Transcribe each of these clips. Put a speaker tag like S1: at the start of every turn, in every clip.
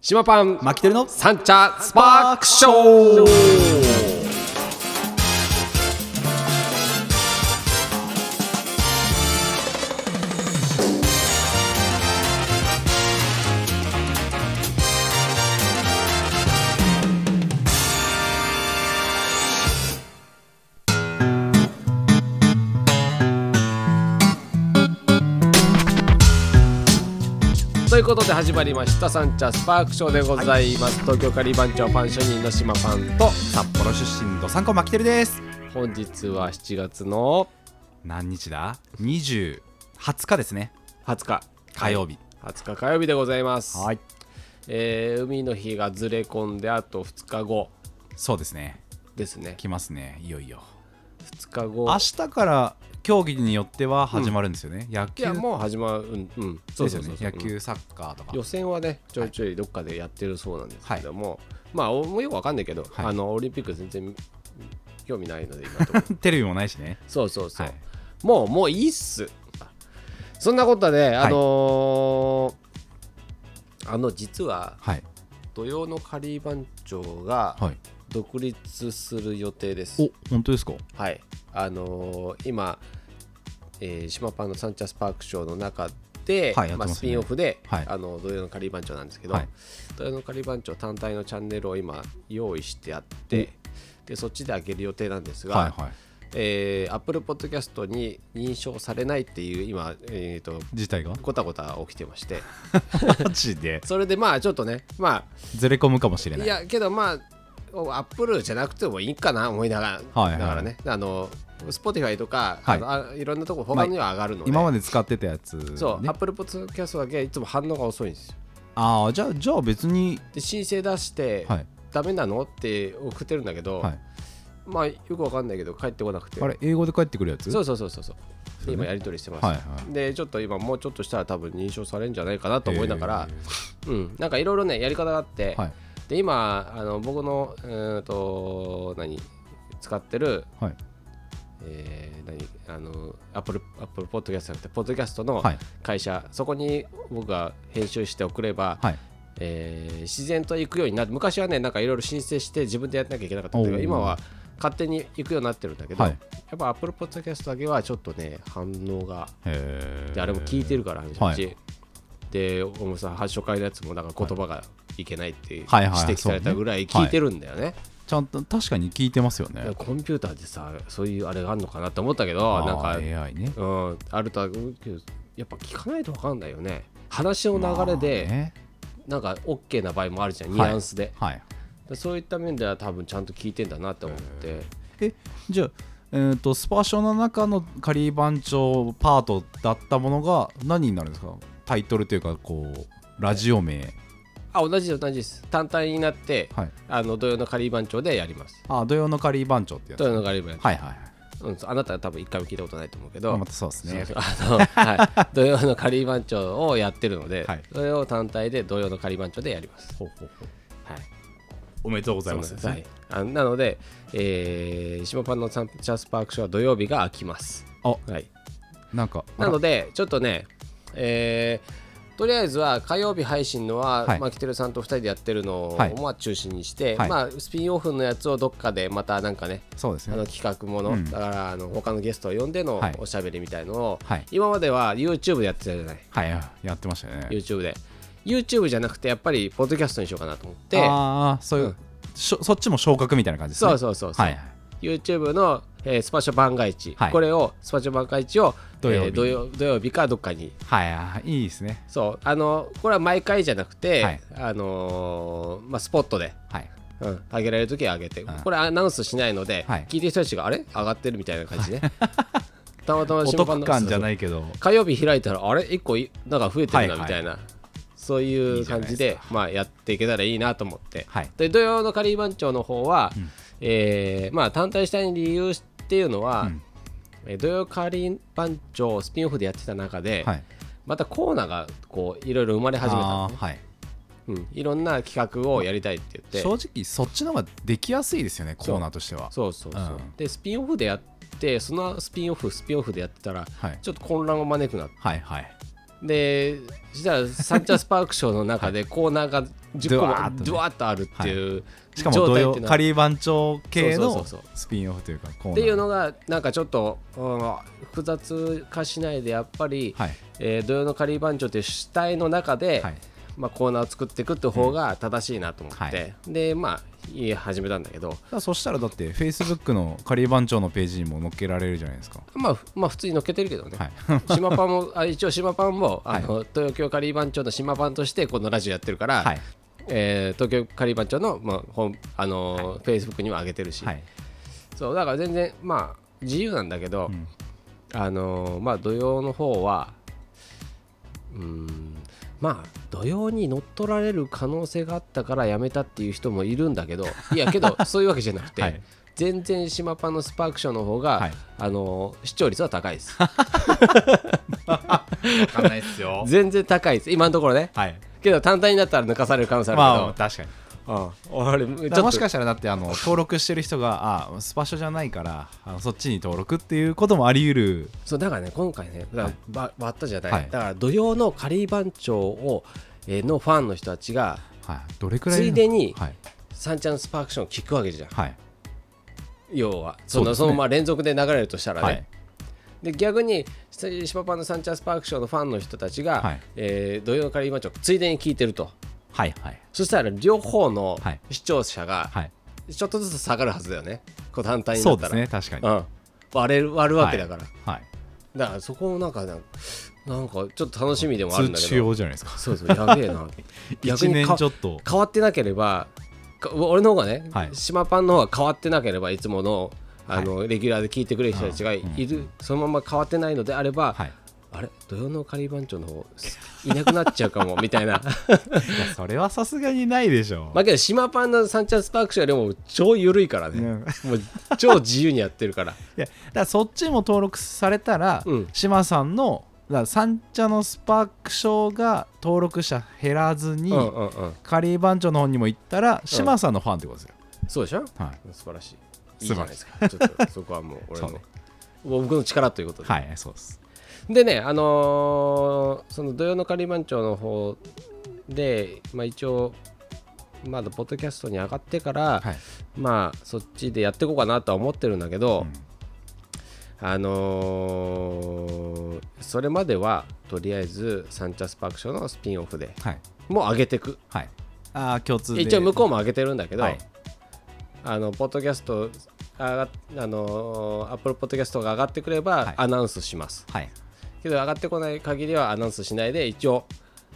S1: 島パン
S2: マキテルの
S1: サンチャスパークショーということで始まりましたサンチャスパークショーでございます、東京カリー番長パン主任の島パンと
S2: 札幌出身ドサンコマキテルです
S1: 本日は7月の
S2: 何日だ20 20日ですね
S1: 20日
S2: 火曜日
S1: 20日火曜日でございます、
S2: い
S1: えー海の日がずれ込んであと2日後
S2: そうですね
S1: ですね
S2: 来ますねいよいよ
S1: 2日後
S2: 明日から競技によっては始まるんですよね、野
S1: い
S2: 球
S1: やもう始まるうん、うん、
S2: ですよね野
S1: うん
S2: 球サッカーとか
S1: 予選はねちょいちょいどっかでやってるそうなんですけども、まあおもうよくわかんないけど、
S2: はい
S1: あのオリンピック全然興味ないので今のところ
S2: テレビもないしね
S1: そうそうそう、
S2: はい
S1: もうもういいっすそんなことであのーあの実は
S2: はい
S1: 土曜のカリー番長が
S2: はい
S1: 独立する予定です、
S2: お本当ですか
S1: はい、あのー今、えー、島パンのサンチャスパークショーの中で、
S2: はいやって
S1: ま
S2: ますね
S1: あ、スピンオフで、
S2: はい
S1: あの土曜のカリー番長なんですけど、
S2: はい
S1: 土曜のカリー番長単体のチャンネルを今用意してあってでそっちで上げる予定なんですが、
S2: はいはい
S1: えー、Apple Podcast に認証されないっていう今、えー、と
S2: 自体が
S1: ごたごた起きてまして
S2: マジで
S1: それでまあちょっとねま
S2: ずれ込むかもしれ
S1: あ
S2: ない
S1: いやけどまあアップルじゃなくてもいいかな思いながら、
S2: はいはい
S1: だからねあの Spotify とか、
S2: はい
S1: い、あいろんなとこ他には上がるので、
S2: 今まで使ってたやつ、ね、
S1: そう、Apple Podcast だけいつも反応が遅いんですよ
S2: ああじゃあじゃあ別に
S1: で申請出して、
S2: はい
S1: ダメなのって送ってるんだけど、
S2: はい
S1: まあよくわかんないけど返ってこなくて
S2: あれ英語で帰ってくるやつ
S1: そううそうそうそうそう
S2: ね
S1: 今やり取りしてます、
S2: はいはい
S1: でちょっと今もうちょっとしたら多分認証されるんじゃないかなと思いながら、うん、なんかいろいろねやり方があって、
S2: はい
S1: で今あの僕のうーんと何使ってる、
S2: はい
S1: えー、何あのアップルアップルポッドキャストじゃなくてポッドキャストの
S2: はい
S1: 会社、そこに僕が編集して送れば、
S2: はい
S1: えー自然と行くようになって昔はねなんかいろいろ申請して自分でやらなきゃいけなかったんだけ
S2: お
S1: ど
S2: ー
S1: 今は勝手に行くようになってるんだけど、
S2: はい
S1: やっぱアップルポッドキャストだけはちょっとね反応が
S2: へ
S1: であれも聞いてるから、めちゃ
S2: は
S1: め
S2: い
S1: ちゃで、おもさ、初回のやつも、なんか言葉がいけないって指
S2: はいはいはい
S1: 摘されたぐらい
S2: そうね
S1: 聞いてるんだよね。
S2: ちゃんと確かに聞いてますよ
S1: いや
S2: ね
S1: コンピューターでさ、そういうあれがあるのかなって思ったけど、
S2: ー
S1: なんか、
S2: AI ね
S1: うん、あるとは思うけど、やっぱ聞かないと分かんないよね。話の流れで、
S2: まあね
S1: なんか OK な場合もあるじゃん、ニュアンスで。
S2: はい
S1: でそういった面では、多分ちゃんと聞いてんだなって思って、
S2: えじゃあえー、とスパーショーの中のカリー番長パートだったものが何になるんですかタイトルというかこうラジオ名
S1: あ、同じです、同じです。単体になって、
S2: はい
S1: あの土曜のカリー番長でやります。
S2: あ土曜のカリー番長ってやつ
S1: 土
S2: はい
S1: 曜のカリー番長、
S2: はいはい
S1: うん、あなたは多分一回も聞いたことないと思うけど、
S2: まあまたそうですね
S1: そうそうあの、 はい、土曜のカリー番長をやってるので、
S2: はい
S1: それを単体で土曜のカリー番長でやります。
S2: ほうほうほう
S1: はい、
S2: おめでとうござい
S1: そう
S2: ま
S1: ですすはい、あなので、えー、下パンのサンチャスパークショーは土曜日が空きます。
S2: あ
S1: はい、
S2: なんかあ
S1: な
S2: ら
S1: ので、ちょっとね、えーとりあえずは火曜日配信のは、
S2: はい
S1: まあ、キテルさんと2人でやってるのを、
S2: はい
S1: まあ、中心にして、
S2: はい
S1: まあ、スピンオフのやつをどっかでまたなんかね、
S2: そうです
S1: あ
S2: ね
S1: の企画もの、
S2: うん
S1: だからあの他のゲストを呼んでの
S2: はい
S1: おしゃべりみたいのを、
S2: はい
S1: 今までは YouTube でやってたじゃない、
S2: はいやってましたね
S1: YouTube で YouTube じゃなくてやっぱりポッドキャストにしようかなと思って
S2: ああそういう、
S1: うん
S2: しょそっちも昇格みたいな感じですね
S1: そうそうそうそう、
S2: はいはい
S1: YouTube の、えースパショ番外地、
S2: はい
S1: これをスパショ番外地を
S2: 土曜日
S1: えー土曜土曜日かどっかに
S2: はいはいいいですね
S1: そうあのこれは毎回じゃなくて、
S2: はい
S1: あのーまあ、スポットで。
S2: はい
S1: うん、上げられる時は上げて、
S2: ん
S1: これアナウンスしないので、
S2: はい
S1: 聞いてる人たちがあれ上がってるみたいな感じねたまたま
S2: お
S1: 新版
S2: 得
S1: の
S2: 感じ
S1: そう
S2: ゃ
S1: そう
S2: ないけど
S1: 火曜日開いたらあれ1個いなんか増えてる
S2: は
S1: ない
S2: はい
S1: みたいな、そういう感じで
S2: いいじゃないで
S1: まあ、やっていけたらいいなと思って、
S2: はい
S1: で土曜のカリー番長の方は、えーまあ、単体したい理由っていうのは、
S2: うん
S1: えー土曜カリー番長をスピンオフでやってた中で、
S2: はい
S1: またコーナーがこういろいろ生まれ始めたの
S2: あーはい
S1: うん、いろんな企画をやりたいって言って
S2: 正直そっちの方ができやすいですよねコーナーとしては
S1: そうそうそう、
S2: うん
S1: でスピンオフでやってそのスピンオフスピンオフでやってたら
S2: はい
S1: ちょっと混乱を招くなって
S2: はいはい
S1: でしたらサンチャスパークショーの中でコーナーが10個も
S2: ドワーッとね
S1: ドワーッとあるっていう
S2: しかも
S1: 状
S2: 土
S1: 態っ
S2: 曜
S1: ていうのは
S2: 仮番長系
S1: そ
S2: の
S1: うそうそうそう
S2: スピンオフというかコーナー
S1: っていうのがなんかちょっと、うん複雑化しないでやっぱり、
S2: はい
S1: えー土曜のカリー番長っていう主体の中で、
S2: はい
S1: まあ、コーナーを作っていくって方が正しいなと思って、
S2: はい
S1: でまあいい始めたんだけど、
S2: だからそしたらだって Facebook の仮番長のページにも載っけられるじゃないですか
S1: まあ、ふまあ普通に乗っけてるけどね、
S2: はい
S1: 島パンもあ一応島パンもあの、
S2: は
S1: 東京カリー番長の島パンとしてこのラジオやってるから、
S2: はい
S1: えー東京カリー番長の、まあ本あのフェイスブックにも上げてるし、
S2: はい
S1: そうだから全然まあ自由なんだけど、あのーまあ土曜の方はうーんまあ土曜に乗っ取られる可能性があったからやめたっていう人もいるんだけ どいやけどそういうわけじゃなくて、
S2: はい
S1: 全然島パンのスパークションの方が、
S2: はい
S1: あのー視聴率は高いです
S2: 分かんないっすよ
S1: 全然高いです今のところね
S2: はい
S1: けど単体になったら抜かされる可能性あ
S2: まあ
S1: るけ
S2: 確かに
S1: ど、うん俺ちょっ
S2: だから
S1: と
S2: もしかしたらだってあの登録してる人があスパショじゃないからあのそっちに登録っていうこともあり得る
S1: そうだからね今回ねだからば、割ったじゃない、
S2: はい
S1: だから土曜のカリー番長を、えーのファンの人たちが
S2: はいどれくらい
S1: ついでに
S2: はい
S1: サンチャンスパークションを聞くわけじゃん
S2: はい
S1: 要はその
S2: そうです
S1: そ
S2: ね
S1: のまま連続で流れるとしたらね、
S2: はい
S1: で逆にしばパンのサンチャンスパークションのファンの人たちが、
S2: はい
S1: えー土曜のカリー番長をついでに聞いてると
S2: はいはい
S1: そしたら両方の
S2: はい
S1: 視聴者が
S2: はい
S1: ちょっとずつ下がるはずだよねこう単体にな
S2: そ
S1: っ
S2: うで
S1: たら
S2: すね確かに
S1: うん、割れる割るわけだから、
S2: はい
S1: だからそこもなんかなんかなんかちょっと楽しみでもある
S2: 通
S1: んだけど
S2: 知用じゃないですか
S1: そうそう、やべえ な。逆
S2: 1
S1: に
S2: 年
S1: か
S2: ちょっと
S1: 変わってなければ、か俺の方がね、
S2: はい
S1: 島パンの方が変わってなければ、いつものあの、レギュラーで聞いてくれる人たちがい
S2: うん
S1: る、そのまま変わってないのであれば、
S2: はい
S1: あれ、土曜のカリー番長の方、いなくなっちゃうかも みたい な。
S2: いやそれはさすがにないでしょ
S1: まあけど、島パンのサンチャンスパークションよりも超緩いからね、
S2: ね
S1: もう超自由にやってる から。
S2: いやだからそっちも登録されたら、
S1: うん
S2: 志麻さんのだから三茶のスパーク賞が登録者減らず
S1: う
S2: に、
S1: んうんうん、
S2: カリー番長の方にも行ったら志麻さんのファンってことですよ、
S1: そうでしょ
S2: はい、
S1: 素晴らしい。いいじ
S2: 素
S1: ゃ
S2: 晴
S1: な
S2: ら
S1: い
S2: しい
S1: ですか。ちょっとそこはもう俺の、
S2: そうね
S1: 僕の力ということで。
S2: はい、そうです
S1: でね、あのーその土曜のカリバン町の方で、まあ、一応、まだポッドキャストに上がってから、
S2: はい、
S1: まあそっちでやっていこうかなとは思ってるんだけど、
S2: うん
S1: あのーそれまではとりあえずサンチャスパークションのスピンオフで
S2: はい
S1: もう上げてく
S2: はいああ共通で
S1: 一応向こうも上げてるんだけど、
S2: はい
S1: あのポッドキャストあがあのー、アップルポッドキャストが上がってくれ
S2: は
S1: ば
S2: い
S1: アナウンスします、
S2: はい
S1: けど上がってこない限りはアナウンスしないで一応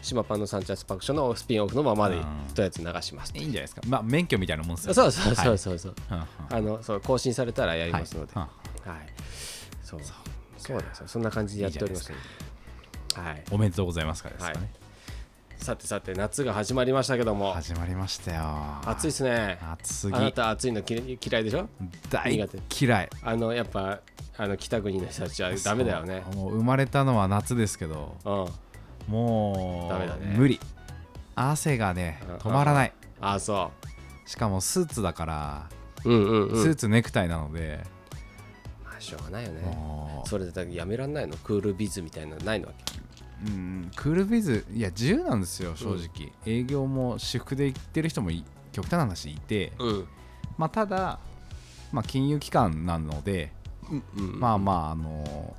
S1: 島パンのサンチャスパクションのスピンオフのままで
S2: うん
S1: とりあえず流します
S2: いいんじゃないですかまあ免許みたいなもんですよ
S1: そうそうそう
S2: はい
S1: そうそう、
S2: うんうん
S1: あのそう更新されたらやり
S2: はい
S1: ますので、
S2: う
S1: は
S2: ん
S1: いそうそうなんですよそんな感じでやっておりますのではい
S2: おめでとうございますからですかね、
S1: さてさて夏が始まりましたけども
S2: 始まりましたよ
S1: 暑いですね
S2: 暑す
S1: あ
S2: ぎ
S1: なた暑いのき嫌いでしょ
S2: 大
S1: 苦手
S2: 嫌い
S1: あのやっぱあの北国の人たちはダメだよね
S2: そうもう生まれたのは夏ですけど
S1: うん
S2: もう
S1: ダメだね
S2: 無理汗がね
S1: うん
S2: 止まらない
S1: ああそ
S2: しかもスーツだから、
S1: ううんうんう
S2: スー
S1: ん
S2: ツネクタイなので、
S1: まあしょうがないよね
S2: も
S1: それでだけやめらんないのクールビズみたいなのないのわけ
S2: ううんクールビズいや自由なんですよ正直、営業も私服で行ってる人もい極端な話いて、
S1: うん
S2: まあ、ただ、まあ、金融機関なので、
S1: うん
S2: まあまああの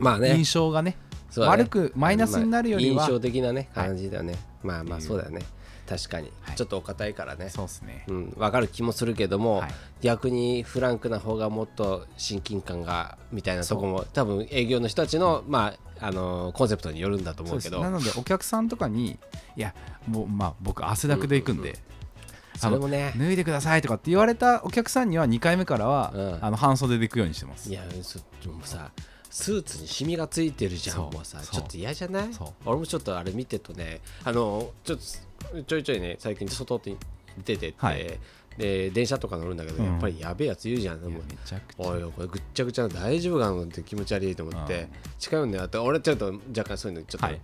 S1: まあね
S2: 印象がね
S1: そうだね
S2: 悪くマイナスになるよりは
S1: まあ印象的なね
S2: はい
S1: 感じだよね、まあまあそうだよね確かに、
S2: はい
S1: ちょっとお堅いからね
S2: そうですね
S1: うん、分かる気もするけども、
S2: はい
S1: 逆にフランクな方がもっと親近感がみたいなとこも多分営業の人たちの、まああのーコンセプトによるんだと
S2: そ
S1: 思
S2: う
S1: う
S2: で
S1: け
S2: す
S1: ど
S2: なのでお客さんとかにいやもうまあ僕汗だくで行くんで、
S1: それもね
S2: 脱いでくださいとかって言われたお客さんには2回目からは、
S1: うん
S2: あの半袖で行くようにしてます
S1: いやそもうさスーツにシミがついてるじゃん
S2: そう
S1: もうさ
S2: そ
S1: ち
S2: う
S1: ょっと嫌じゃない
S2: そう
S1: 俺もちょっとあれ見てるとねあのちょっとちょいちょいね最近外に出てって、
S2: はい
S1: で電車とか乗るんだけど、
S2: うん
S1: やっぱりやべえやつ言うじゃんで
S2: いや
S1: も
S2: めちゃくちゃ
S1: おいおいこれぐっちゃぐちゃなの大丈夫かなって気持ち悪いと思って、
S2: うん
S1: 近寄んだよって俺ちょっと若干そういうのちょっと、
S2: はい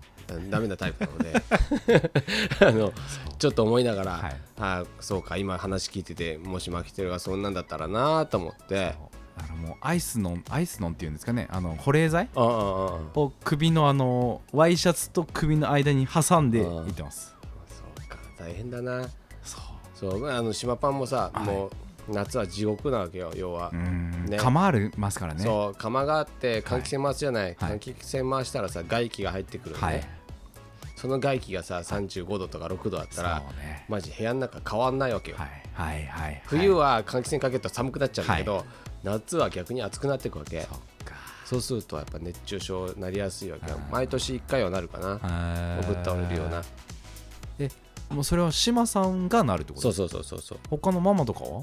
S1: ダメなタイプなの であのちょっと思いながら、
S2: はい
S1: あそうか今話聞いててもし負けてるがそんなんだったらなと思って
S2: あのもうアイスのアイスのんっていうんですかねあの保冷剤
S1: うんうんうんうん
S2: を首のあのワイシャツと首の間に挟んで
S1: うん
S2: いってます
S1: そうか大変だな
S2: そ
S1: そうまああの島パンもさ、
S2: はい
S1: もう夏は地獄なわけよ要は
S2: うう、ん、
S1: ね
S2: 釜ありますからね
S1: そう釜があって換気扇回すじゃない、
S2: はい
S1: 換気扇回したらさ外気が入ってくるのね、
S2: はい
S1: その外気がさ35度とか6度あった
S2: そう
S1: ら
S2: ね
S1: マジ部屋の中変わんないわけよ、
S2: はいはいはいはい
S1: 冬は換気扇かけると寒くなっちゃうんだけど、
S2: は
S1: 夏は逆に暑くなっていくわけ
S2: そっか
S1: そうするとやっぱ熱中症になりやすいわけよ
S2: あー
S1: 毎年1回はなるかな
S2: あー
S1: ぶっ倒れるような
S2: えもうそれは島さんがなるってこと
S1: そうそうそうそうそう
S2: 他のママとかは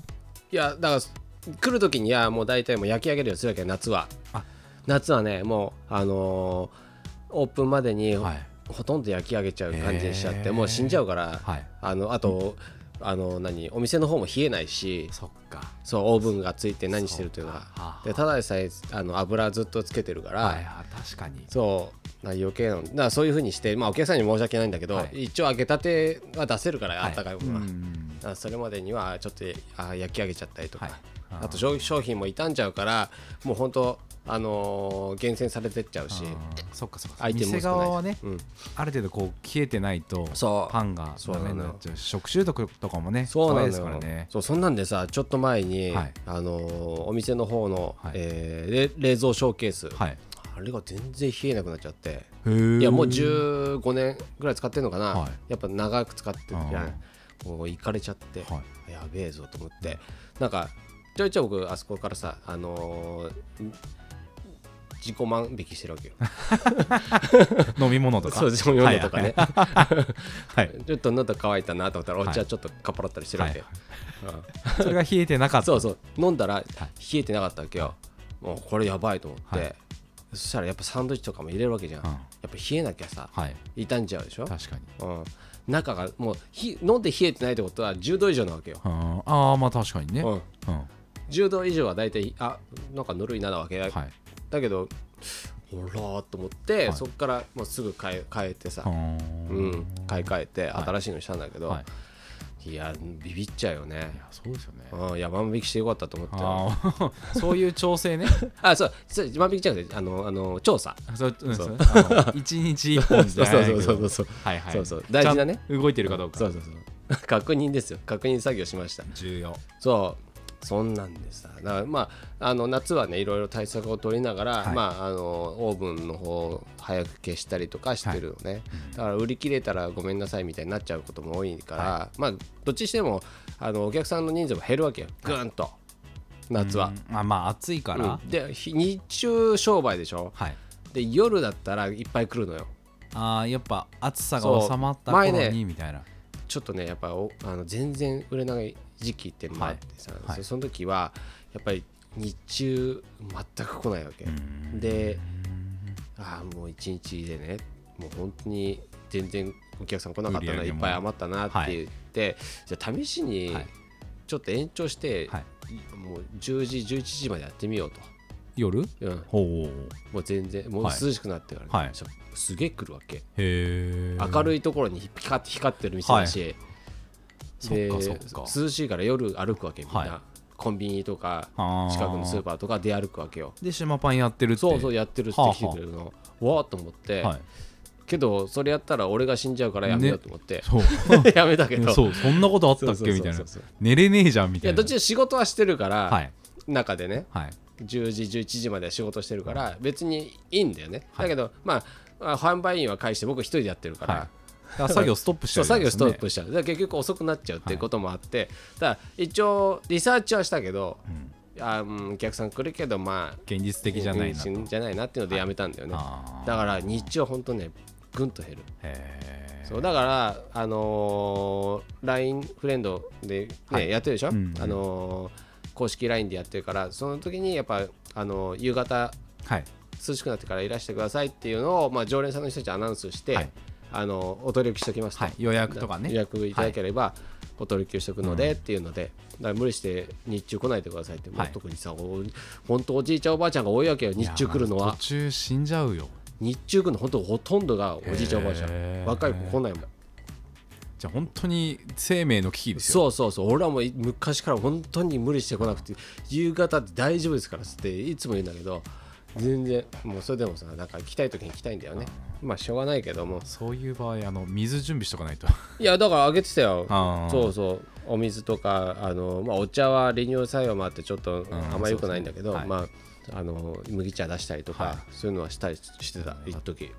S2: い
S1: やだから来る時にいやもう大体もう焼き上げるようにするわけ夏は
S2: あ
S1: 夏はねもうあのーオープンまでにほ,、
S2: はい
S1: とんど焼き上げちゃう感じにしちゃって、
S2: へー
S1: もう死んじゃうから、
S2: はい
S1: あのあと、あの何お店の方も冷えないし
S2: そっか
S1: そうオーブンがついて何してるというの
S2: そうか
S1: はでただでさえあの油ずっとつけてるから、
S2: はいはい確かに
S1: そうな余計なのだからそういうふうにして、まあ、お客さんに申し訳ないんだけど、
S2: はい
S1: 一応揚げたては出せるからあったかいものは、
S2: うん
S1: あそれまでにはちょっとあ焼き上げちゃったりとか、
S2: はい
S1: あと商商品も傷んじゃうからもう本当あのー厳選されてっちゃうし
S2: あーそっかそっか
S1: アイテムも
S2: 店
S1: 少ない
S2: 側はね
S1: うん、
S2: ある程度こう消えてないと
S1: そう
S2: パンがダメになっちゃうし食中毒とかもね
S1: そう
S2: 怖
S1: ないん
S2: で
S1: だ
S2: す
S1: よ
S2: からね
S1: そうそんなんでさちょっと前に、
S2: はい
S1: あのーお店の方の、
S2: はい
S1: えーれ冷蔵ショーケース、
S2: はいへ
S1: あれが全然冷えなくなっちゃって
S2: ー
S1: いやもう15年ぐらい使ってるのかな、
S2: はい
S1: やっぱ長く使ってるじゃん
S2: あ
S1: もういかれちゃって、
S2: は
S1: やべえぞと思ってなんかちょいちょい僕あそこからさあのーん自己万引きしてるわけよ。
S2: い飲み物とか
S1: そう自分読んだとかね、
S2: はいはい
S1: ちょっと喉乾いたなと思ったらお
S2: は
S1: 茶
S2: い
S1: ちょっとかっぱらったりしてるわけ、
S2: はい
S1: うん
S2: それが冷えてなかった
S1: そうそう飲んだら冷えてなかったわけよもうこれやばいと思って、
S2: はい
S1: そしたらやっぱサンドイッチとかも入れるわけじゃん、
S2: うん
S1: やっぱ冷えなきゃさ
S2: はい
S1: 傷んじゃうでしょ、
S2: 確かに
S1: うん、中がもうひ飲んで冷えてないってことは10度以上なわけよ、
S2: うんああまあ確かにね
S1: う
S2: うん
S1: ん、
S2: は
S1: 10度以上は大体あなんかぬるいななわけだ,、
S2: い
S1: だけどほらーと思って、
S2: はい
S1: そこからもうすぐ変え変えてさ、
S2: うん
S1: うん、買い替えて
S2: はい
S1: 新しいのにしたんだけど、
S2: はい
S1: い、やビビっちゃうよね
S2: いやそうですよね
S1: うん、いや万引きしてよかったと思ってあ
S2: あ ーそういう調整ね。
S1: あそうそう万引きじゃなくてあのあの調査
S2: そううんそうあの一日一本じゃないけど。
S1: そうそうそうそうそう
S2: はいはい。
S1: そうそう大事なね
S2: ちゃんと動いてるかどうか。
S1: そうそうそう 確認ですよ確認作業しました
S2: 重要。
S1: そうそんなんでさだからまああの夏はねいろいろ対策を取りながら、
S2: はい
S1: まああのオーブンの方を早く消したりとかしてるのね、だから売り切れたらごめんなさいみたいになっちゃうことも多いから、まあどっちにしてもあのお客さんの人数も減るわけよぐーんと夏は、
S2: うん。あまあ暑いから。
S1: うんで日日中商売でしょ
S2: はい。
S1: で夜だったらいっぱい来るのよ
S2: ああやっぱ暑さ
S1: そ
S2: が
S1: う
S2: 収まった
S1: 前
S2: 頃
S1: ね
S2: にみたいな。
S1: ちょっとねやっぱおあの全然売れない時期ってもあってさ、
S2: いはい
S1: そその時はやっぱり日中全く来ないわけ、
S2: ん
S1: でああもう一日でねもう本当に全然お客さん来なかった
S2: 売
S1: な
S2: り上
S1: い
S2: げ
S1: っ
S2: も
S1: ぱい余ったなって言って、じゃあ試しに
S2: はい
S1: ちょっと延長して、
S2: はい
S1: もう10時11時までやってみようと。
S2: 夜？
S1: うん、
S2: ほう。
S1: もう全然もう
S2: はい
S1: 涼しくなってからね、
S2: はい
S1: そすげえ来るわけ、
S2: へえ。
S1: 明る
S2: い。
S1: いところにピカッて光ってる店だし、
S2: そっ
S1: で
S2: かそっか。
S1: 涼しいから夜歩くわけみんな、
S2: はい
S1: コンビニとか
S2: あー
S1: 近くのスーパーとか出歩くわけよ
S2: で島パンやってるって。
S1: そうそう
S2: や
S1: やってるって来てくれるの、わーっと思って、
S2: はい。
S1: けどそれやったら俺が死んじゃうからやめようと思って、
S2: そう。
S1: やめ たけど
S2: そうそんなことあったっ
S1: そうそうそう
S2: けみたいな
S1: そうそう。
S2: 寝れねえじゃん み
S1: い
S2: たい
S1: や
S2: な。
S1: どっちも仕事はしてるから、
S2: はい
S1: 中でね
S2: はい。
S1: 10時11時までは仕事してるから、別にいいんだよね、だけどまああ販売員は返して僕一人でやってるから、
S2: はいあ作業ストップしち
S1: そ
S2: ゃ
S1: う
S2: う。
S1: 作業ストップしちゃう、だから結局遅くなっちゃうっていうこともあって、だから一応リサーチはしたけど、あうん、お客さん来るけどまあ
S2: 現実的じゃないなと。
S1: うんじゃないなっていうのでやめたんだよね、
S2: あー
S1: だから日中は本当ねぐんと減る
S2: へー
S1: そうだからあのー LINE フレンドで、ね
S2: はい
S1: やってるでしょ、
S2: うん
S1: あのー公式 LINE でやってるからその時にやっぱあのー夕方
S2: はい。
S1: 涼しくなってからいらしてくださいっていうのを、まあ、常連さんの人たちにアナウンスして、
S2: はい
S1: あのお取り置きしておきますと、
S2: はい予約とかね
S1: 予約いただければ、お取り置きしておくのでっていうので、だから無理して日中来ないでくださいって、もう
S2: はい
S1: 特にさお本当おじいちゃんおばあちゃんが多いわけよ日中来るの
S2: いやー
S1: は
S2: 途中死んじゃうよ
S1: 日中来るの本当ほとんどがおじいちゃんおばあちゃ
S2: へ
S1: ん
S2: ー
S1: 若い子来ないもん
S2: じゃあ本当に生命の危機ですよ
S1: そうそうそう俺はもう昔から本当に無理してこなくて夕方って大丈夫ですからっつっていつも言うんだけど全然もうそれでもさなんか来たい時に来たいんだよねまあしょうがないけども
S2: そういう場合あの水準備しとかないと
S1: いやだからあげてたよ
S2: あー
S1: そうそうお水とかあの、まあ、お茶は利尿作用もあってちょっと
S2: ん
S1: あんま良くないんだけど、
S2: そうそう
S1: まああの麦茶出したりとか、
S2: はい
S1: そういうのはしたりしてた一時
S2: で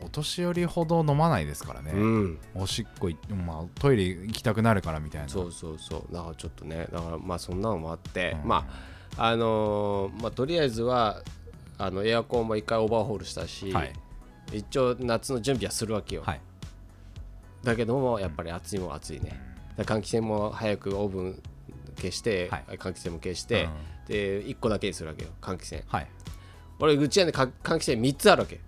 S2: お年寄りほど飲まないですからね、
S1: うん
S2: おしっこ行って、まあ、トイレ行きたくなるからみたいな
S1: そうそうそうだからちょっとねだからまあそんなのもあって、
S2: うん
S1: まああのーまあとりあえずはあのエアコンも一回オーバーホールしたし、
S2: はい
S1: 一応夏の準備はするわけよ、
S2: はい
S1: だけどもやっぱり暑いもん暑いね、だから換気扇も早くオーブン消して、
S2: はい
S1: 換気扇も消して、
S2: うん
S1: で1個だけにするわけよ換気扇
S2: はい
S1: 俺うちはねか換気扇3つあるわけ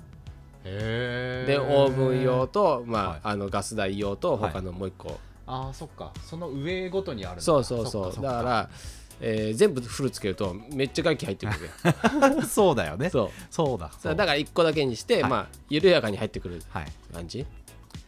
S2: へ
S1: でオーブン用と、まあ
S2: はい
S1: あのガス代用と
S2: はい
S1: 他のもう1個、
S2: ああそっかその上ごとにある
S1: そうそうそうだか、
S2: だから
S1: えー全部フルつけるとめっちゃ外気入ってくるわけよ
S2: ら そうだよね
S1: そう
S2: そうだ
S1: だから1個だけにして、
S2: はい
S1: まあ緩やかに入ってくる
S2: はい
S1: 感じ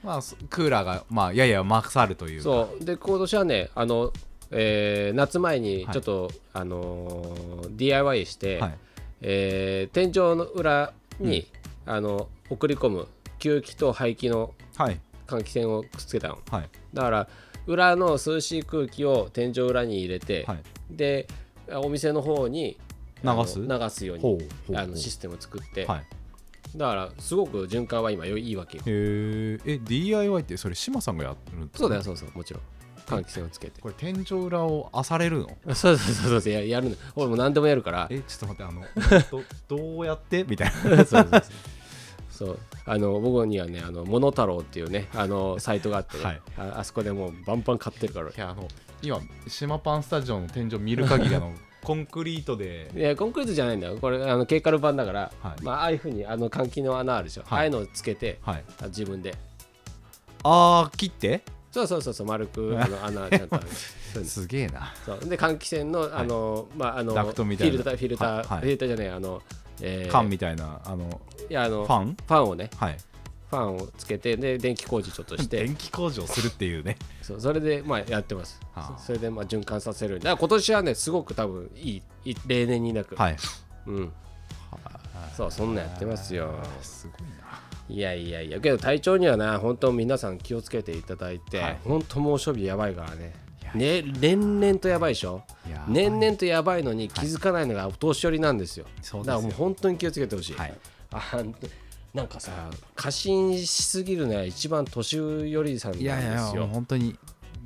S2: まあそクーラーがまあやや勝るというか
S1: そうで今年はねあの、えー夏前にちょっと、あのー DIY して、
S2: はい
S1: えー天井の裏に、あの送り込む吸気と排気の
S2: はい
S1: 換気扇をくっつけたの
S2: はい
S1: だから裏の涼しい空気を天井裏に入れて、
S2: はい
S1: でお店の方にあの
S2: 流す
S1: 流すよう
S2: ほう
S1: に
S2: ほう
S1: あのシステムを作って、
S2: はい
S1: だからすごく循環は今よいいわけよ
S2: へーえ DIY ってそれ志麻さんがやってるんですか
S1: そうだよそうそうもちろん換気扇をつけて
S2: これ天井裏を漁れる
S1: そう
S2: の
S1: そうそうそうややるの俺も何でもやるから
S2: えちょっと待っ てあのどどうやってみたいな
S1: そうそうそうそうあの僕にはね「あのモノ太郎」っていうねあのサイトがあってね、
S2: はい
S1: ああそこでもうバンバン買ってるから
S2: いやあの今島パンスタジオの天井見る限り あのコンクリートで
S1: いやコンクリートじゃないんだよこれあのケーカル板だから、
S2: はい
S1: まあ、ああいうふうにあの換気の穴あるでしょ、
S2: はい
S1: ああいうのをつけて、
S2: はい
S1: あ自分で
S2: ああ切って
S1: そうそうそうそう丸くあの穴ちゃんとあ るそうです
S2: すげえな
S1: そうで換気扇のあの、まああの
S2: ダクトみたいな
S1: フィルターフィルター、
S2: はいはい
S1: フィルターじゃないあの、えー
S2: 缶みたいなあの
S1: いやあの
S2: ファン
S1: ファンをね
S2: はい
S1: ファンをつけてで電気工事ちょっとして
S2: 電気工事をするって いうね
S1: そうそれでまあやってます、
S2: はあ
S1: そそれでまあ循環させるようにだから今年はねすごく多分いいいい例年になく、
S2: はい
S1: うんそうそんなんやってますよ
S2: すごいない
S1: やいやいやけど体調にはな本当皆さん気をつけていただいて、
S2: はい
S1: 本当猛暑日やばいからねね年々とやばいでしょ
S2: いや
S1: 年々とやばいのに気づかないのがお年寄りなんですよ、
S2: そう
S1: だ
S2: ですよ
S1: からもう本当に気をつけてほしい、
S2: はい
S1: あなんかさ過信しすぎるのは一番年寄りさんなんです
S2: い
S1: よ
S2: やいやもう本当に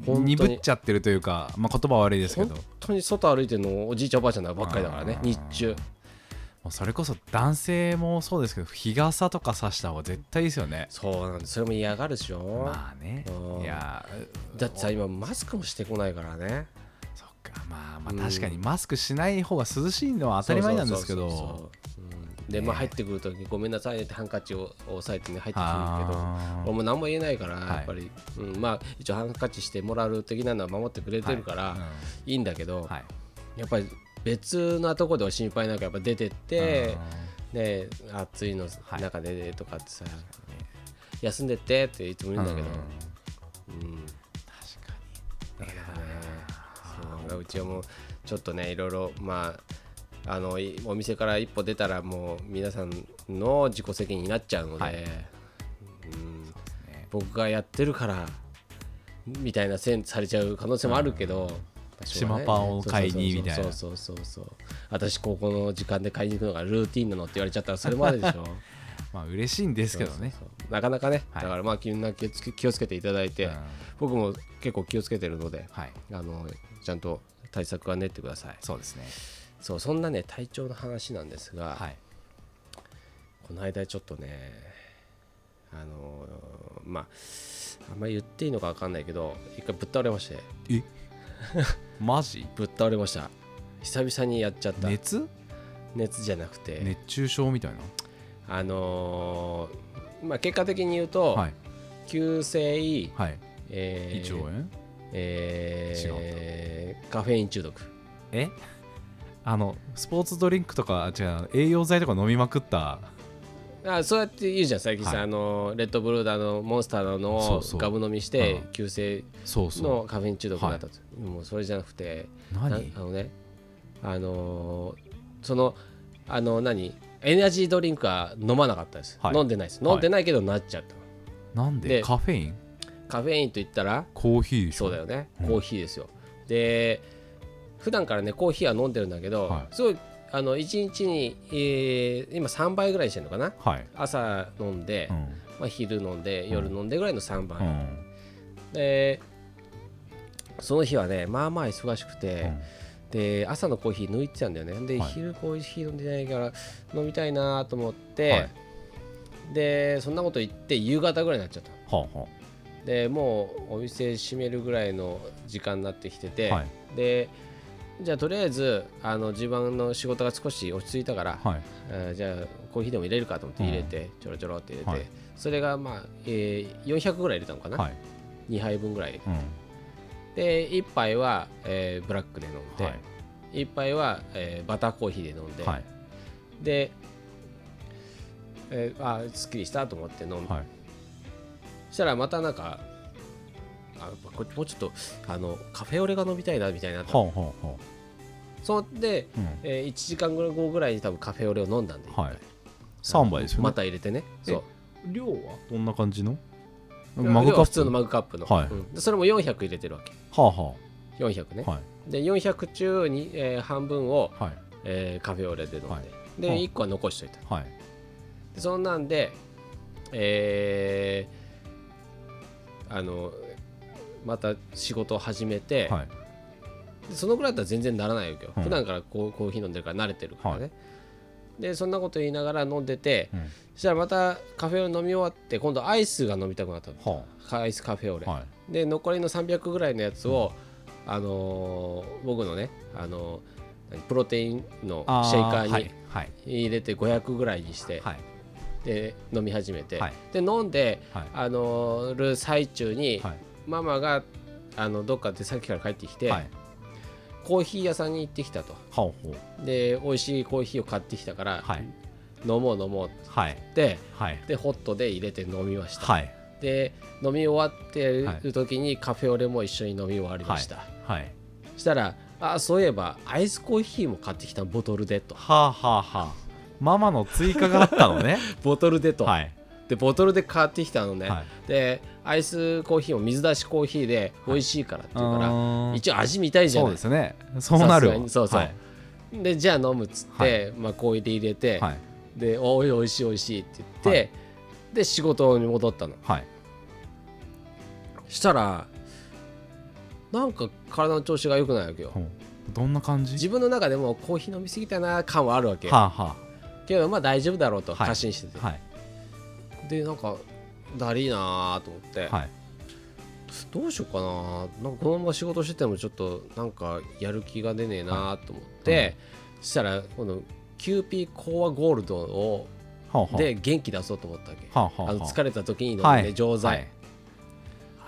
S1: 本当に
S2: 鈍っちゃってるというか、まあ、言葉悪いですけ
S1: 本
S2: ども
S1: 当に外歩いてるのおじいちゃんおばあちゃんばっかりだからね
S2: あー
S1: 日中
S2: うそれこそ男性もそうですけど日傘とかさした方が絶対いいですよね
S1: そうなんですそれも嫌がるでしょ、
S2: まあね
S1: うん
S2: いや
S1: だってさ今マスクもしてこないからね
S2: そっかまあまあ
S1: うん
S2: 確かにマスクしない方が涼しいのは当たり前なんですけ
S1: そうそう
S2: ど
S1: そうそううんで、まあ、入ってくるときごめんなさいねってハンカチを押さえてね入ってくるけど
S2: あ
S1: 俺
S2: ー
S1: も何も言えないから
S2: はい
S1: やっぱり、うん、まあ一応ハンカチしてモラル的なのは守ってくれてるから、
S2: はい
S1: い
S2: うん
S1: いんだけど、
S2: はい
S1: やっぱり別なとこでは心配なんかやっぱ出てって、ね、暑いの
S2: はい
S1: 中でとかってさ、休んでってっていつも
S2: うん
S1: 言うんだけど、
S2: うん
S1: うん、
S2: 確か
S1: だからねそううちはもうちょっとねいろいろまああのいお店から一歩出たらもう皆さんの自己責任になっちゃうので、
S2: はい
S1: うん、
S2: にね
S1: 僕がやってるからみたいなせんされちゃう可能性もあるけど、
S2: 島パンを買いにみたいな
S1: そうそうそうそうそうそう私ここの時間で買いに行くのがルーティンなのって言われちゃったらそれまで でしょ
S2: まあ嬉しいんですけどね
S1: そうそうなかなかね、
S2: はい
S1: だからまあみんな気をつけ気をつけていただいて、
S2: うん
S1: 僕も結構気をつけてるので
S2: はい
S1: あのちゃんと対策は練ってください
S2: そうですね
S1: そうそんなね体調の話なんですが、
S2: はい
S1: この間ちょっとねあのーまああんまり言っていいのか分かんないけど一回ぶっ倒れまして
S2: え マジ
S1: ぶっ倒れました久々にやっちゃった
S2: 熱
S1: 熱じゃなくて、
S2: 熱中症みたい
S1: あのーまあ、結果的に言うと、
S2: なはい
S1: 急性、
S2: はい
S1: え
S2: 胃
S1: ー
S2: 腸炎
S1: えーカフェイン中毒
S2: え あのスポーツドリンクとか違う栄養剤とか飲みまくった
S1: あそうやって言うじゃん最近さ、
S2: はい
S1: あのレッドブルーだのモンスターだの
S2: そ
S1: を
S2: うそう
S1: ガブ飲みして
S2: うん
S1: 急性
S2: そうそ
S1: のカフェイン中毒になったと、もうそれじゃなくて
S2: う
S1: な
S2: 何
S1: あのねあのーそのあの何エナジードリンクは飲まなかったです、
S2: はい
S1: 飲んでないです
S2: はい
S1: 飲んでないけどなっちゃった、
S2: なんで
S1: で
S2: カフェイン
S1: カフェインと言ったら
S2: コーヒーでしょ
S1: そうだよね、
S2: うん
S1: コーヒーですよで普段からねコーヒーは飲んでるんだけど、
S2: は
S1: すごいあの1日に、えー今3杯ぐらいしてるのかな
S2: はい、
S1: 朝飲んで、
S2: うん
S1: まあ、昼飲んで夜飲んでぐらいの3杯、
S2: うん
S1: でその日はねまあまあ忙しくて、
S2: うん
S1: で朝のコーヒー抜いてたんだよねで、
S2: はい
S1: 昼コーヒー飲んでないから飲みたいなと思って、
S2: はい
S1: でそんなこと言って夕方ぐらいになっちゃった
S2: はあは
S1: でもうお店閉めるぐらいの時間になってきてて、
S2: あはい
S1: でじゃあとりあえずあの自分の仕事が少し落ち着いたから、
S2: はい
S1: えーじゃあコーヒーでも入れるかと思って
S2: うん
S1: 入れて、ちょろちょろって入れて、
S2: はい
S1: それがまあ、えー400ぐらい入れたのかな、
S2: はい
S1: 2杯分ぐらい
S2: うん
S1: で1杯は、えーブラックで飲んで、
S2: はい
S1: 1杯は、えーバターコーヒーで飲んで、
S2: はい
S1: で、えーあーすっきりしたと思って飲んで、
S2: はい
S1: そしたらまたなんかあこもうちょっとあのカフェオレが飲みたいなみたいになって
S2: はあはあは
S1: そんで、
S2: あうん
S1: えー1時間後ぐらいに多分カフェオレを飲んだんで、
S2: はい3杯ですよね
S1: また入れてねそう
S2: 量はどんな感じの
S1: マ
S2: マ
S1: グ
S2: グカップ
S1: 普通のマグカップの、
S2: はい
S1: うんでそれも400入れてるわけ
S2: はあは
S1: 400ね、
S2: あはい
S1: で400中に、えー半分を、
S2: はい
S1: えーカフェオレで飲んで、
S2: はい
S1: で
S2: うん
S1: 1個は残しといた
S2: はい
S1: でそんなんでえーあのまた仕事を始めて、
S2: はい
S1: でそのぐらいだったら全然ならないわけよ、
S2: うん
S1: 普段からこうコーヒー飲んでるから慣れてるからね、でそんなこと言いながら飲んでて、
S2: うん
S1: そしたらまたカフェオレ飲み終わって今度アイスが飲みたくなったの
S2: は
S1: アイスカフェオレ、
S2: あはい
S1: で残りの300ぐらいのやつを、あのー僕のね、あのー何プロテインの
S2: あ
S1: シェイカー
S2: はい
S1: に
S2: はい
S1: 入れて500ぐらいにして、
S2: はい
S1: で飲み始めて、
S2: はい
S1: で飲んで、
S2: はい
S1: あのーる最中に、
S2: はい
S1: ママがあのどっかでさっきから帰ってきて、
S2: はい
S1: コーヒー屋さんに行ってきたと
S2: はあは
S1: で美味しいコーヒーを買ってきたから、
S2: あはい
S1: 飲もう飲もうっ
S2: はい
S1: て
S2: はい
S1: でホットで入れて飲みました、
S2: はい
S1: で飲み終わってる時にカフェオレも一緒に飲み終わりました、
S2: はい
S1: したらあそういえばアイスコーヒーも買ってきたボトルでと
S2: はあはあはあママの追加があったの ね
S1: ボトルでと、
S2: はい
S1: でボトルで買ってきたのね、
S2: はい
S1: でアイスコーヒーも水出しコーヒーで美味しいからっていうから、
S2: あー
S1: 一応味見たいじゃ
S2: そ
S1: な
S2: う
S1: い
S2: ですねそう
S1: さ
S2: なる
S1: すが
S2: わ
S1: にそうそう
S2: はい
S1: でじゃあ飲むっつって、
S2: はい
S1: まあ、氷で入れて、
S2: はい
S1: でおいおいしいおいしいって言って、
S2: は
S1: で仕事に戻ったの
S2: はい
S1: したらなんか体の調子が良くないわけよ
S2: ほうどんな感じ
S1: 自分の中でもコーヒー飲みすぎたな感はあるわけ
S2: はあは
S1: けどまあ大丈夫だろうと
S2: はい
S1: 過信してて、
S2: あはい
S1: でなんかだりーなーと思って、
S2: はい
S1: どうしようかななんかこのまま仕事しててもちょっとなんかやる気が出ねえなーと思って、
S2: はい
S1: そしたらこのキューピーコアゴールドを
S2: はあはあ
S1: で元気出そうと思ったわけ、
S2: はあはあはあ
S1: あの疲れた時に飲ん
S2: は
S1: で
S2: い
S1: 錠剤、
S2: はい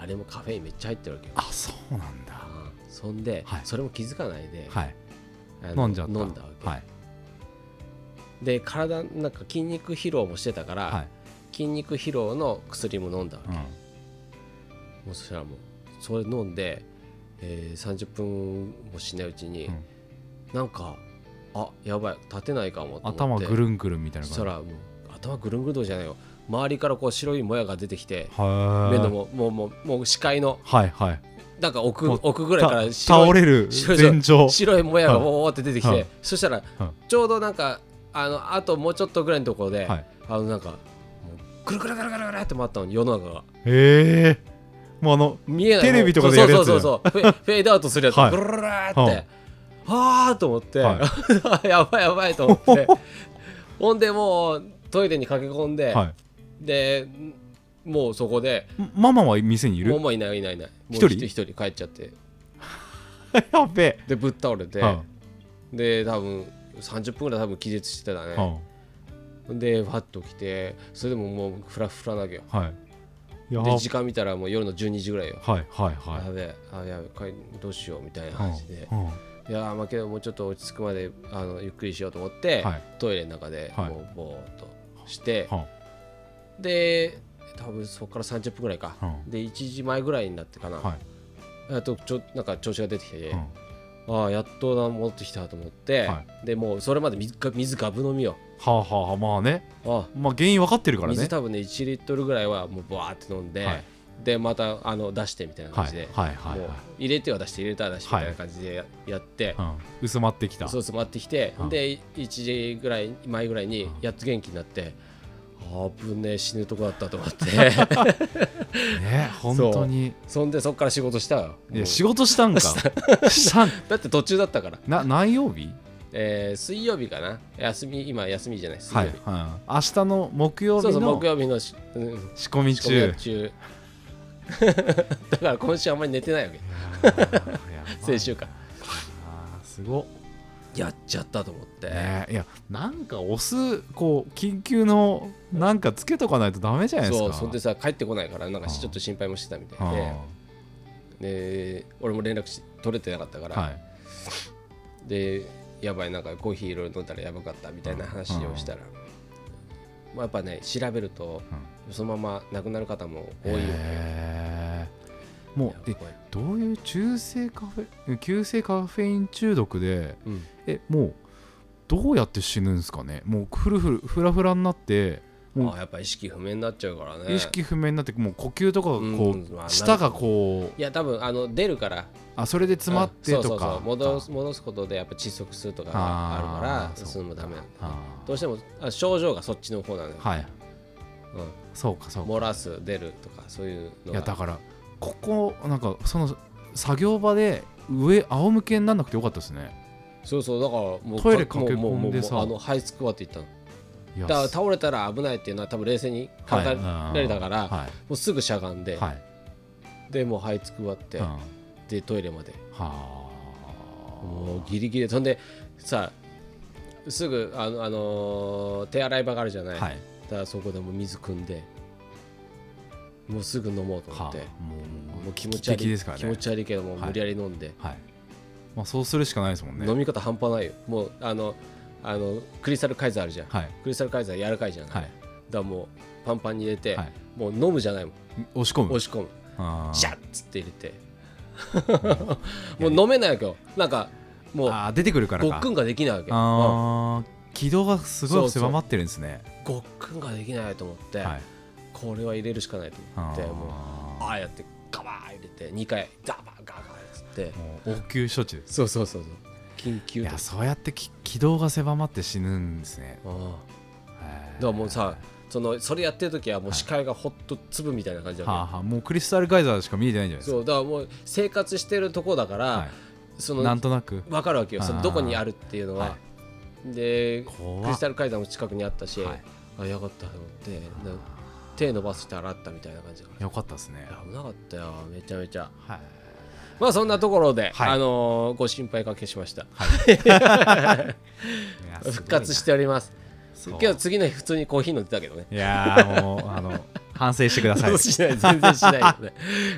S1: あれもカフェインめっちゃ入ってるわけよ
S2: あそうなんだ
S1: うんそんで、
S2: はい
S1: それも気づかないで、
S2: はい
S1: あの
S2: 飲んじゃった
S1: 飲んだわけ、
S2: はい
S1: で体なんか筋肉疲労もしてたから、
S2: はい
S1: 筋肉疲労の薬も飲んだわけ、
S2: うん
S1: もうそしたらもうそれ飲んで、えー30分もしないうちに、
S2: うん
S1: なんかあやばい立てないかもと思って
S2: 頭ぐるんぐるんみたい
S1: そ
S2: な
S1: した
S2: 感じ
S1: らもう頭ぐるんぐるんどじゃないよ周りからこう白いもやが出てきて
S2: は
S1: 目
S2: い
S1: のももうもうもう視界の
S2: はいはい
S1: なんか奥
S2: もう
S1: 奥ぐらいから
S2: た
S1: 白い
S2: 倒れる
S1: 白い
S2: 前兆
S1: 白いもやがおーって出てきて、
S2: はい
S1: そしたら
S2: はい
S1: ちょうどなんかあのあともうちょっとぐらいのところで、
S2: はい
S1: あのなんかもうぐるぐるぐるぐるぐるって回ったの世の中が
S2: ええもうあの
S1: 見えない
S2: テレビとかでやるやつ
S1: そうそうそうそうフェフェードアウトするやつ、
S2: はい
S1: ぐるるるるーって、
S2: は
S1: あ
S2: い
S1: あと思って、
S2: は
S1: やばいやばいと思ってほんでもうトイレに駆け込んで、
S2: は
S1: でもうそこで
S2: いママは店にい
S1: もう
S2: る
S1: もういないいないいないもう
S2: 一人
S1: 一人帰っちゃって
S2: やべえ
S1: でぶっ倒れて、
S2: は
S1: で多分30分ぐらい多分気絶してたね、
S2: あは
S1: でファッと来てそれでももうフラフラなわけよ
S2: あはいやば
S1: で時間見たらもう夜の12時ぐらいよ、
S2: はいはいは
S1: やべえあやべえ帰どうしようみたいない
S2: うん
S1: 感じで、
S2: うん
S1: いやーまあけどもうちょっと落ち着くまであのゆっくりしようと思って、
S2: はい
S1: トイレの中で
S2: はい
S1: もうぼーっとして、
S2: は
S1: で多分そこから30分ぐらいか、
S2: あうん
S1: で1時前ぐらいになってかな、
S2: はい
S1: あとちょなんか調子が出てきて、
S2: うん
S1: ああやっとな戻ってきたと思って、
S2: は
S1: でもうそれまで水か水ガブ飲みよ
S2: はあはあはあまあね
S1: あ
S2: まあ原因分かってるからね
S1: 水多分ね1リットルぐらいはもうバーって飲んで、
S2: はい
S1: でまたあの出してみたいな感
S2: は
S1: じで、
S2: いはいはい
S1: もう
S2: は
S1: 入れては出して入れたは出してみたいな感じでや,、って、
S2: い、うん、薄まってきた
S1: そうそう回ってきて、
S2: うん
S1: で1時ぐらい前ぐらいに
S2: うん
S1: やっと元気になって、あぶねえ死ぬとこだったと思って
S2: ね本当に
S1: そんでそっから仕事したよ
S2: い
S1: もう
S2: や仕事し たんかしたん
S1: だって途中だったから、
S2: な何曜日
S1: えー水曜日かな休み今休みじゃない水
S2: は
S1: 曜
S2: い、
S1: 日、
S2: はい、明日の木曜
S1: そう
S2: 日
S1: そう
S2: の
S1: 木曜日のし、うん、
S2: 仕込み
S1: 仕込
S2: 中
S1: み中 だから今週あんまり寝てないわけ 先週か
S2: あーすごっ
S1: やっちゃったと思って、
S2: ねいやなんか押すこう緊急のなんかつけとかないとダメじゃないです
S1: そう
S2: か
S1: そんでさ帰ってこないからなんか
S2: うん
S1: ちょっと心配もしてたみた
S2: うん
S1: いでで俺も連絡し取れてなかったから、
S2: はい
S1: でやばいなんかコーヒーいろいろ飲んだらやばかったみたいな話をしたら、まあ、やっぱね調べるとそのまま亡くなる方も多いよね、
S2: へーもう
S1: や
S2: え
S1: っぱり
S2: どういう中性カフェ急性カフェイン中毒で
S1: うん
S2: えもうどうやって死ぬんですかねもうフルフルフラフラになっても
S1: あやっぱ意識不明になっちゃうからね
S2: 意識不明になってもう呼吸とかがこう、
S1: うんまあ
S2: 舌がこう
S1: いや多分あの出るから
S2: あそれで詰まって
S1: うんそ
S2: と
S1: うそう
S2: か
S1: そう戻す戻すことでやっぱ窒息するとかがあるから
S2: ー
S1: それもダメなんだ
S2: そうか
S1: どうしてもあ症状がそっちの方なのよ、
S2: あーはい
S1: うん
S2: そうかそうか
S1: 漏らす出るとかそういうの
S2: い
S1: が
S2: やだからここなんかその作業場で上仰向けにならなくてよかったですね
S1: そうそうだからもう
S2: トイレ駆け込んで
S1: もうもうもう
S2: さ
S1: もうあのはいつくわって言ったの
S2: いや
S1: だから倒れたら危ないっていうのは多分冷静に考えられたから、も
S2: は
S1: うすぐしゃがん
S2: い
S1: で、
S2: はい
S1: でもうはいつくわって、
S2: うんは
S1: でトイレまで
S2: あ
S1: もうギリギリでそんでさすぐあの、あのー手洗い場があるじゃない、
S2: はい
S1: だからそこでもう水汲んでもうすぐ飲もうと思
S2: は
S1: って、
S2: あもう
S1: もう気持
S2: 危
S1: ち悪
S2: 機
S1: い、
S2: 的ですから
S1: 気持
S2: ね
S1: ち悪いけどもう
S2: はい
S1: 無理やり飲んで、
S2: はいまあそうするしかないですもんね
S1: 飲み方半端ないよもうあのあのクリスタルカイザーあるじゃん、
S2: はい
S1: クリスタルカイザー柔らかいじゃない、
S2: はい
S1: だからもうパンパンに入れて、
S2: はい
S1: もう飲むじゃないもん
S2: 押し込む
S1: 押し込む
S2: あー
S1: ジャッつって入れて もう飲めないわけよなんかもう
S2: あー出てくるから
S1: ごっ
S2: か
S1: くんができないわけうん
S2: あー軌道がすごい狭まってるんですね
S1: ごっくんができないと思って、
S2: はい
S1: これは入れるしかないと思って
S2: あー
S1: もうああやってガバー入れて2回ザバーガバーっつって
S2: もう応急処置です
S1: そうそうそうそう緊急
S2: い
S1: とか
S2: やそうやってき軌道が狭まって死ぬんですね
S1: うん
S2: へ
S1: だ
S2: ー
S1: からもうさそのそれやってる時はもう視界がほっと粒みたいな感じだ
S2: はあ
S1: わ
S2: はあ、もうクリスタルガイザーしか見えてないんじゃない
S1: け
S2: ですか
S1: そうだからもう生活してるとこだから、
S2: はい
S1: その
S2: なんとなく
S1: 分かるわけよそ
S2: あ
S1: の
S2: ー
S1: どこにあるっていうのは、
S2: は
S1: で
S2: 怖っ
S1: クリスタル階段も近くにあったし、
S2: はい
S1: あよかったと思ってで手伸ばして洗ったみたいな感じだから
S2: よかったですね
S1: いや危なかったよめちゃめちゃ
S2: はい
S1: まあそんなところで、
S2: はい
S1: あのーご心配かけしました、
S2: いや
S1: 復活しております
S2: すごいな
S1: 今日次の日普通にコーヒー飲んでたけどね
S2: いやーもうあの反省してくださ い
S1: しない全然しないよ ね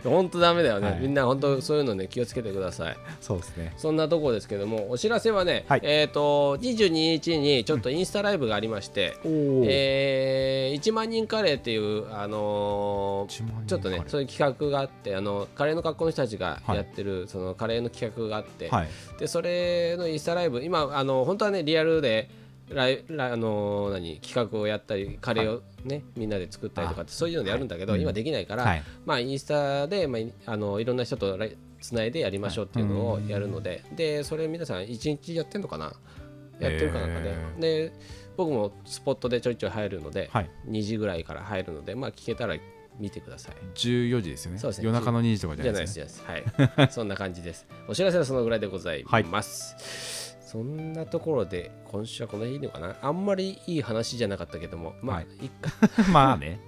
S1: 本当ダメだよね、
S2: はい
S1: みんな本当そういうのね気をつけてください
S2: そうですね
S1: そんなところですけどもお知らせはね、
S2: はい
S1: えっ、と22日にちょっとインスタライブがありまして、
S2: おお
S1: えー1万人カレーっていう、あのー
S2: 1万人
S1: ちょっとね
S2: カレー
S1: そういう企画があってあのカレーの格好の人たちがやってる、そのカレーの企画があって、
S2: はい
S1: でそれのインスタライブ今あの本当はねリアルでライラあのー何企画をやったりカレーをね、みんなで作ったりとかってそういうのでやるんだけど、
S2: はい
S1: 今できないから、
S2: はい
S1: まあ、インスタで、まあい、あのいろんな人とつないでやりましょうっていうのをやるので、でそれ皆さん1日やってんのかなやってるかなんかね、
S2: えー
S1: で僕もスポットでちょいちょい入るので、
S2: はい
S1: 2時ぐらいから入るのでまあ聞けたら見てください
S2: 14時ですよね
S1: そうですね
S2: 夜中の2時とかじ
S1: じゃ
S2: ゃな
S1: ないい
S2: で
S1: ですす
S2: ね
S1: じゃないです はいそんな感じですお知らせはそのぐらいでございます、そんなところで今週はこの辺でいいのかなあんまりいい話じゃなかったけどもまあ、
S2: はい
S1: いっか
S2: まあね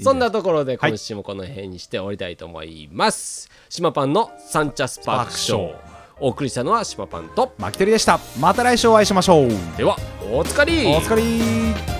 S1: そんなところで今週もこの辺にして終わりたいと思います、島パンのサンチャスパークショーお送りしたのは島パンと
S2: 巻き鳥でしたまた来週お会いしましょう
S1: ではおつかり
S2: お疲れ